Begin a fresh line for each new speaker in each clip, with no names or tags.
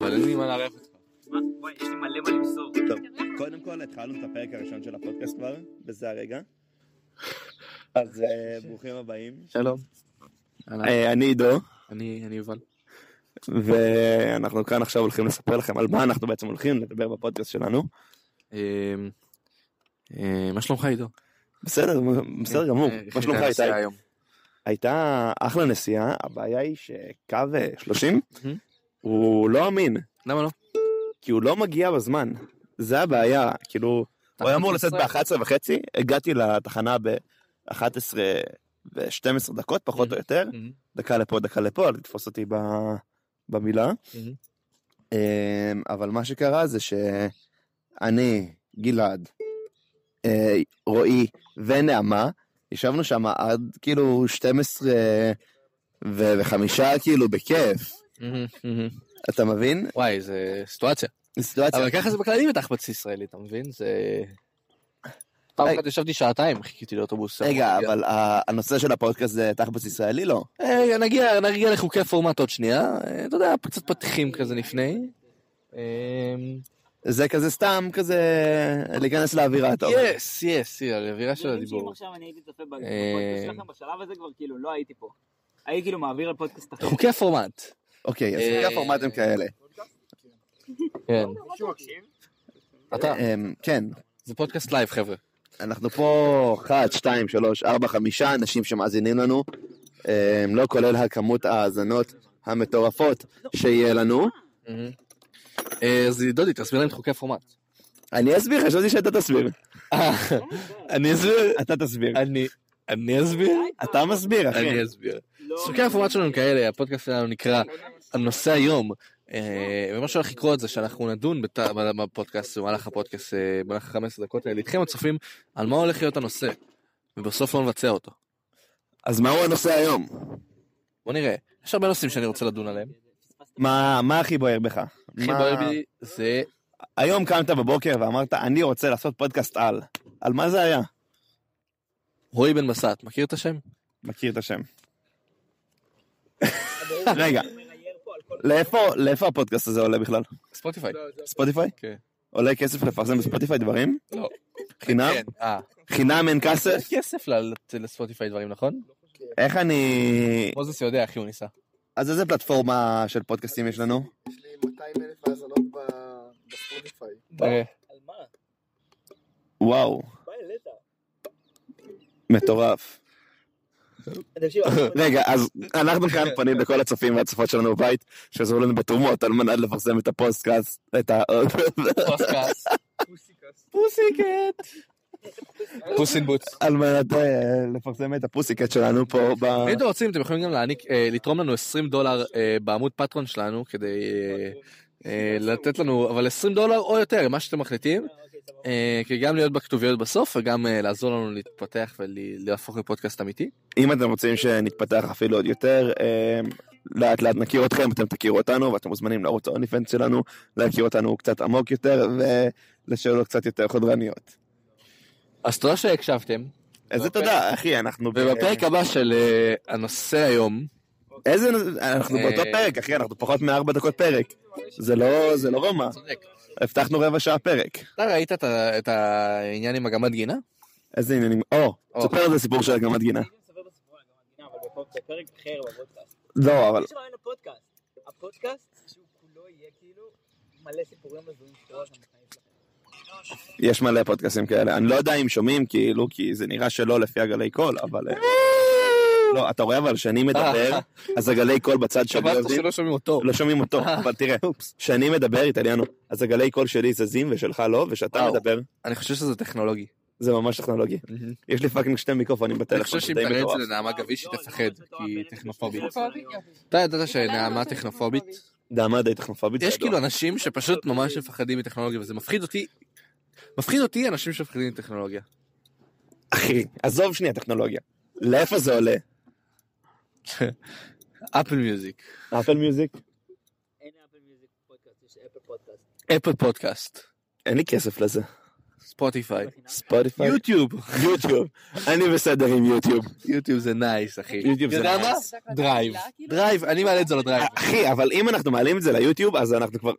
אבל אין לי מה לארח אותך.
מה? וואי, יש לי מלא מה למסור.
טוב, קודם כל התחלנו את הפרק הראשון של הפודקאסט כבר, בזה הרגע. אז אה,
אוקיי.
ברוכים הבאים.
שלום.
אה, אני עידו,
אני אני יובל.
ואנחנו כאן עכשיו הולכים לספר לכם על מה אנחנו בעצם הולכים לדבר בפודקאסט שלנו.
אמ, אה, מה שלומך עידו?
בסדר, בסדר גמור,
אה, איך
מה שלומך
הייתה
איתי?
הנסיעה היום?
הייתה אחלה נסיעה, הבעיה היא שקו אה, 30
מהמם.
הוא לא אמין,
למה לא?
כי הוא לא מגיע בזמן. זה הבעיה, כאילו, הוא היה אמור לצאת ב-11 וחצי, הגעתי לתחנה ב-11 ו-12 דקות, פחות או יותר.
מהמם.
דקה לפה, דקה לפה, אל תתפוס אותי ב... במילה.
מהמם.
אמ, אבל מה שקרה זה שאני, גלעד, אה, רועי ונעמה, ישבנו שם עד כאילו 12 ו- וחמישה כאילו בכיף,
מהמם, מהמם.
אתה מבין?
וואי זה סיטואציה.
זו סיטואציה.
אבל ככה זה בכללי בתחבץ ישראלי אתה מבין? זה... פעם
רגע.
אחת ישבתי שעתיים חיכיתי לאוטובוס.
רגע,
אה,
אבל ה- הנושא של הפודקאסט זה תחבץ ישראלי? לא.
אה, נגיע נגיע לחוקי הפורמט עוד שנייה אה, אתה יודע קצת פתיחים כזה לפני. אמ,
זה כזה סתם כזה להיכנס לאווירה, אתה אומר.
יס יס יס, האווירה של הדיבור.
עכשיו אני הייתי צופה בפודקאסט שלכם בשלב הזה כבר כאילו לא הייתי פה. הייתי כאילו מעביר לפודקאסט אחר.
חוקי הפורמט.
אוקיי, אז
אה,
כמה פורמטים כאלה.
כן.
לא
אתה.
אמ, כן,
זה פודקאסט לייב חבר'ה.
אנחנו פה 1, 2, 3, 4, 5 אנשים שמאזינים לנו, אה, לא כולל הכמות ההאזנות המטורפות שיהיה לנו.
אה, אז דודי, תסביר להם את חוקי הפורמט.
אני אסביר, חשבתי שאתה תסביר.
אני אסביר.
אתה תסביר.
אני... אני אסביר?
אתה מסביר, אחי.
אני אסביר.
לא
חוקי הפורמט שלנו הם כאלה, הפודקאסט שלנו נקרא הנושא היום. אה, ומה שהולך לקרות זה שאנחנו נדון בת- בפודקאסט, במהלך הפודקאסט, אה, במהלך 15 דקות האלה, איתכם הצופים, על מה הולך להיות הנושא. ובסוף לא נבצע אותו.
אז מהו הנושא היום?
בוא נראה. יש הרבה נושאים שאני רוצה לא לדון עליהם.
מה מה הכי בוער בך?
הכי
מה-
בוער בי זה
היום קמת בבוקר ואמרת, אני רוצה לעשות פודקאסט על. על מה זה היה?
רועי בן בסט, מכיר את השם?
מכיר את השם. רגע, לאיפה לאיפה הפודקאסט הזה עולה בכלל?
ספוטיפיי.
ספוטיפיי?
כן.
עולה כסף לפרסם בספוטיפיי דברים?
לא.
חינם?
כן, אה.
חינם אין כסף?
יש כסף ל- לספוטיפיי דברים, נכון?
איך אני...
מוזס יודע, אחי, הוא ניסה.
אז איזה פלטפורמה של פודקאסטים יש לנו?
יש לי 200 אלף האזנות ב- בספוטיפיי.
תראה,
על מה?
וואו,
מה העלית?
מטורף.
תקשיב,
רגע, אז אנחנו כאן פונים לכל הצופים והצופות שלנו בבית, שעזרו לנו בתרומות על מנת לפרסם את הפוסטקאסט, את ה...
פוסטקאסט. פוסיקט. פוסין בוטס.
על מנת אה, לפרסם את הפוסיקט שלנו פה ב...
אם אתם רוצים, אתם יכולים גם להעניק, אה, לתרום לנו 20 דולר אה, בעמוד פטרון שלנו, כדי אה, אה, לתת לנו, אבל 20 דולר או יותר, מה שאתם מחליטים. אה, כי גם להיות בכתוביות בסוף, וגם אה, לעזור לנו להתפתח ולהפוך לפודקאסט אמיתי.
אם אתם רוצים שנתפתח אפילו עוד יותר, אה, לאט לאט נכיר אתכם, אתם תכירו אותנו, ואתם מוזמנים לערוץ האוניפנס שלנו, להכיר אותנו קצת עמוק יותר, ולשאלות קצת יותר חודרניות.
אז תודה שהקשבתם,
איזה
ובפרק-
תודה, אחי, אנחנו... ב-
ובפרק הבא של אה, הנושא היום,
איזה... אנחנו באותו
אה,
פרק, אחי, אנחנו פחות מארבע דקות פרק. זה לא, זה לא רמה.
צודק.
הבטחנו רבע שעה פרק.
אתה ראית את ה- את העניין עם הגמת גינה?
איזה עניינים... או,
או.
תספר על זה סיפור של הגמת גינה.
בפרק אחר בפודקאסט.
לא, אבל...
יש רעיון לפודקאסט. הפודקאסט שהוא כולו יהיה כאילו מלא סיפורים הזויים שקורים לכם בחיים שלכם.
יש מלא פודקאסים כאלה. אני לא יודע אם שומעים, כאילו, כי זה נראה שלא לפי הגלי קול, אבל... אה, לא, אתה רואה אבל שאני מדבר, אז הגלי קול בצד שלי
שבת
זזים,
שלא אה. שומעים אותו.
לא שומעים אותו, אבל תראה, כשאני מדבר איטליאנו, אז הגלי קול שלי זזים ושלך לא, וכשאתה
וואו.
מדבר,
אני חושב שזה טכנולוגי.
זה ממש טכנולוגי. יש לי פאקינג שתי מיקרופונים
אני
בטלפון,
חושב
זה
שאם
די
תראה את
מטורף.
זה לנעמה גביש היא תפחד, כי היא טכנופובית.
טכנופובית.
אתה ידעת שנעמה טכנופובית?
דעמה די טכנופובית. זה
יש
ידוע.
כאילו אנשים שפשוט ממש מפחדים מטכנולוגיה, וזה מפחיד אותי. מפחיד אותי אנשים שמפחדים מטכנולוגיה.
אחי, עזוב שנייה טכנולוגיה. לאיפה זה עולה?
אפל מיוזיק,
אפל מיוזיק?
אין אפל מיוזיק פודקאסט, יש אפל פודקאסט.
אפל פודקאסט,
אין לי כסף לזה.
ספוטיפיי,
ספוטיפיי,
יוטיוב.
יוטיוב. אני בסדר עם יוטיוב.
יוטיוב זה נייס, אחי.
יוטיוב זה
אתה יודע מה?
נייס.
דרייב.
כאילו-
דרייב, אני מעלה את זה לדרייב.
אחי, אבל אם אנחנו מעלים את זה ליוטיוב, אז אנחנו כבר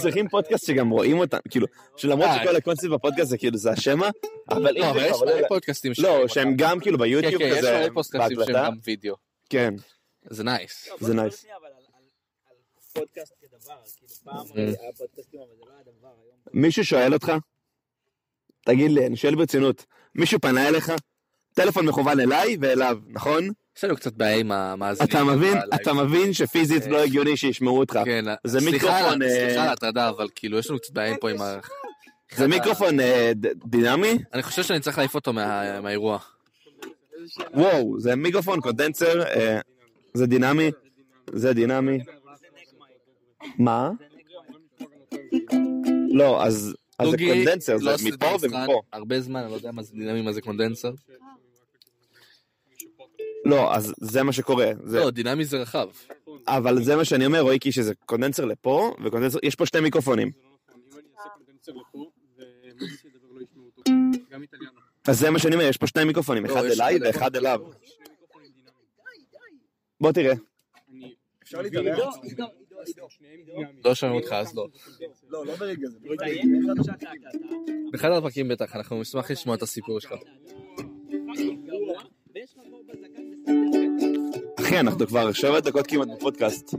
צריכים פודקאסט שגם רואים אותם, כאילו, שלמרות
אה,
שכל הקונספט בפודקאסט זה כאילו זה השמע, אבל
לא,
אם זה
אבל
כבר
יש
עולה
מלא
ל-
פודקאסטים
לא,
שרואים
שהם
אותם.
גם כאילו
כן,
ביוטיוב
כן, יש
כזה,
מלא פודקאסטים שהם
בהקלטה,
גם וידאו.
כן,
זה נייס.
לא,
זה
אבל בוא
nice.
שנייה, אבל על- על- על פודקאסט כדבר, כאילו פעם
אה.
היה פודקאסטים, אבל זה לא היה דבר, היום
מישהו שואל אותך? תגיד לי, אני שואל ברצינות, מישהו פנה אליך? טלפון מכוון אליי ואליו, נכון?
יש לנו קצת בעיה עם המאזינים.
אתה מבין?
בלייב.
אתה מבין שפיזית
אה,
לא הגיוני שישמעו אותך.
כן,
זה
סליחה על-
מיקרופון, אה,
סליחה על ההטרדה, אבל כאילו, יש לנו קצת בעיה פה עם ה...
זה מיקרופון אה, ד- דינמי?
אני חושב שאני צריך להעיף אותו מה- מהאירוע.
וואו, זה מיקרופון קונדנסר, אה, זה דינמי, זה דינמי. מה? לא, אז אז זה
דוגי,
קונדנסר,
לא
זה
עשיתי
מפה
את המשחק
ומפה.
הרבה זמן, אני לא יודע מה זה דינמי, מה זה קונדנסר.
לא, אז זה מה שקורה. זה-
לא, דינמי זה רחב.
אבל זה מה שאני אומר, רויקי, שזה קונדנסר לפה, וקונדנסר, יש פה שתי מיקרופונים. אז זה מה שאני אומר, יש פה שני מיקרופונים,
לא,
אחד
יש
אליי
מלא
ואחד אליו. בוא תראה.
אפשר להתארח?
לא שומעים אותך, אז לא.
לא, לא ברגע זה.
באחד הפרקים בטח, אנחנו נשמח לשמוע את הסיפור שלך.
אחי, אנחנו כבר שבע דקות כמעט בפודקאסט.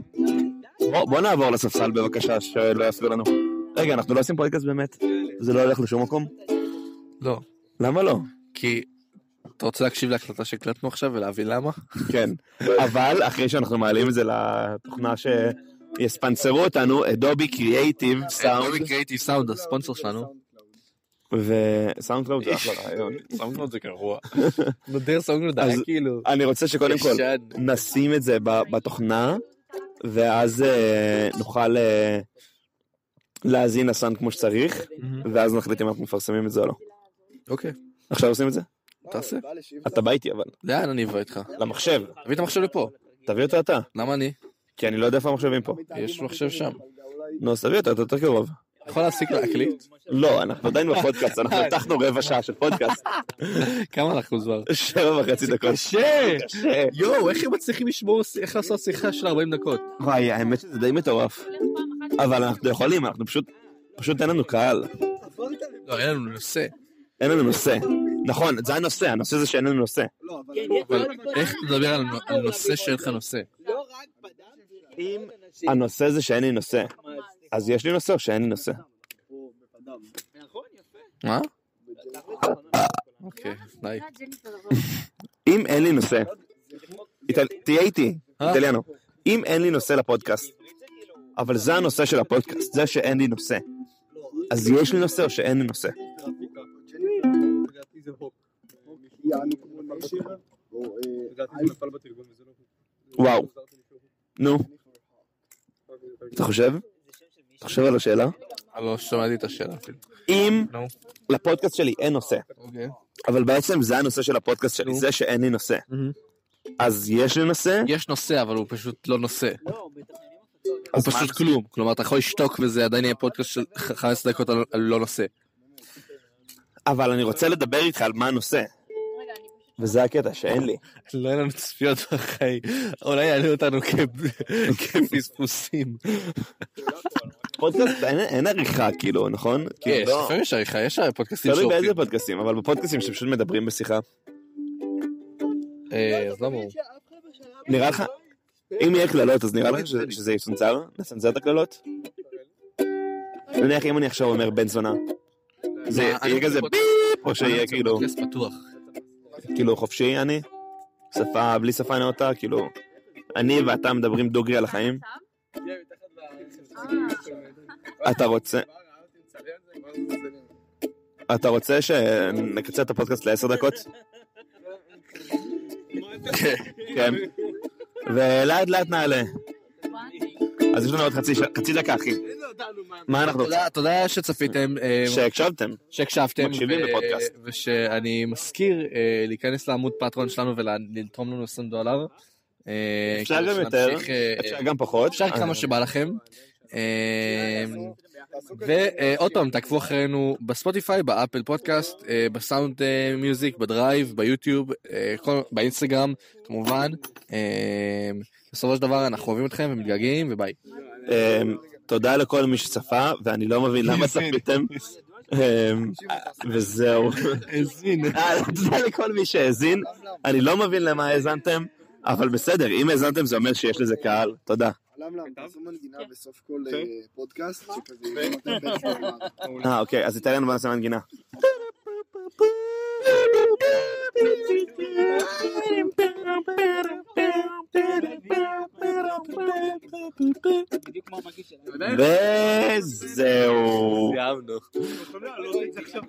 בוא, בוא נעבור לספסל בבקשה, שלא יפריע לנו. רגע, אנחנו לא עושים פודקאסט באמת? זה לא הולך לשום מקום?
לא.
למה לא?
כי... אתה רוצה להקשיב להקלטה שהקלטנו עכשיו ולהבין למה?
כן. אבל אחרי שאנחנו מעלים את זה לתוכנה שיספנסרו אותנו, אדובי קריאייטיב סאונד,
קריאיטיב סאונד, הספונסר שלנו.
וסאונד קלאוד זה אחלה רעיון.
סאונדקלאוד לא זה גרוע. נודר סאונדקלאוד היה
אז-
כאילו...
אני רוצה שקודם כל
ישן.
נשים את זה ב- בתוכנה, ואז אה, נוכל אה, להאזין לסאונד כמו שצריך, ואז נחליט אם אנחנו מפרסמים את זה או לא.
אוקיי,
עכשיו עושים את זה?
תעשה.
אתה בא איתי אבל,
לאן אני אבוא איתך?
למחשב.
תביא את המחשב לפה.
תביא אותו אתה,
למה אני?
כי אני לא יודע איפה המחשבים פה.
יש מחשב שם.
נו, אז תביא אותו, אתה יותר קרוב.
יכול להפסיק להקליט?
לא, אנחנו עדיין בפודקאסט, אנחנו הבטחנו רבע שעה של פודקאסט.
כמה אנחנו זמן?
שבע וחצי דקות.
קשה!
קשה.
יואו, איך הם מצליחים לשמור, איך לעשות שיחה של 40 דקות?
וואי, האמת שזה די מטורף. אבל אנחנו יכולים, אנחנו פשוט, פשוט אין לנו קהל.
לא, אין לנו נושא.
אין לנו נושא. נכון, זה הנושא, הנושא זה שאין לנו נושא.
לא, אבל...
אבל איך תדבר על על נושא שאין לך נושא?
לא רק בדם,
אם-
עוד אנשים.
הנושא זה שאין לי נושא. אז יש לי נושא או שאין לי נושא?
הוא בפדם.
נכון, יפה.
מה? אוקיי, ביי.
אם אין לי נושא, איטל- תהיה איתי,
אה?
איטליאנו. אם אין לי נושא לפודקאסט, אבל זה כאילו. הנושא של הפודקאסט, זה שאין לי נושא. לא, אז יש לי נושא או שאין לי נושא?
יענו כמו נשיר. או, אה,
וואו. נו, אתה חושב? אתה חושב על השאלה?
לא שמעתי את השאלה אפילו. אוקיי.
אם
נו.
לפודקאסט שלי אין נושא, אבל בעצם זה הנושא של הפודקאסט שלי,
נו.
זה שאין לי נושא. אז יש לי נושא,
יש נושא, אבל הוא פשוט לא נושא.
לא, מתכננים אותך.
הוא
אז מה
פשוט
הנושא?
כלום. כלומר, אתה יכול לשתוק וזה עדיין יהיה פודקאסט של 15 דקות על על לא נושא.
אבל אני רוצה לדבר איתך על מה הנושא, וזה הקטע שאין לי.
לא יהיה לנו צפיות בחיים. אולי יעלו אותנו כ- כפספוסים.
פודקאסט אין- אין עריכה כאילו, נכון? כאילו,
כן, יש,
לא-
לפעמים יש עריכה, יש פודקאסטים
תלוי
שעורכים.
באיזה פודקאסטים, אבל בפודקאסטים שפשוט מדברים בשיחה.
אה, אז לא ברור.
נראה לך? אם יהיה קללות, אז נראה לך שזה- שזה יצונזר? נצנזר את הקללות? נניח אם אני עכשיו אומר בן זונה, זה
אני
יהיה
רוצה
כזה
פודקאסט-
ביפ, או
אני
שיהיה
רוצה
כאילו,
פודקאסט פתוח.
כאילו חופשי אני? שפה, בלי שפה נאותה, כאילו, אני ואתה מדברים דוגרי על החיים? אתה רוצה, אתה רוצה שנקצר את הפודקאסט לעשר דקות? כן. ולאט לאט נעלה. אז יש לנו עוד חצי ש- חצי דקה, אחי. מה אנחנו רוצים?
תודה- תודה שצפיתם, אה,
שהקשבתם.
שהקשבתם,
מקשיבים
ו-
לפודקאסט.
ושאני מזכיר אה, להיכנס לעמוד פטרון שלנו ולתרום לנו 20 דולר. אה,
אפשר
כדי
גם יותר,
שנמשיך, אה,
אפשר גם פחות.
אפשר
אה,
כמה שבא לכם. אה, ועוד פעם, תעקבו אחרינו בספוטיפיי, באפל פודקאסט, אה, בסאונד אה, מיוזיק, בדרייב, ביוטיוב, אה, כל- באינסטגרם, כמובן. אה, בסופו של דבר אנחנו אוהבים אתכם ומתגעגעים, וביי.
אמ, תודה לכל מי שצפה, ואני לא מבין למה צפיתם. אמ, וזהו.
האזין.
אה, תודה לכל מי שהאזין. אני לא מבין למה האזנתם, אבל בסדר, אם האזנתם זה אומר שיש לזה קהל. תודה.
למלם, תעשו מנגינה בסוף כל
כן.
אה, פודקאסט, שכזה יהיה יותר פרק שלנו.
אה, אוקיי, אז תיתן לנו בוא נעשה מנגינה.
בדיוק כמו המגיש שלנו.
וזהו.
סיימנו.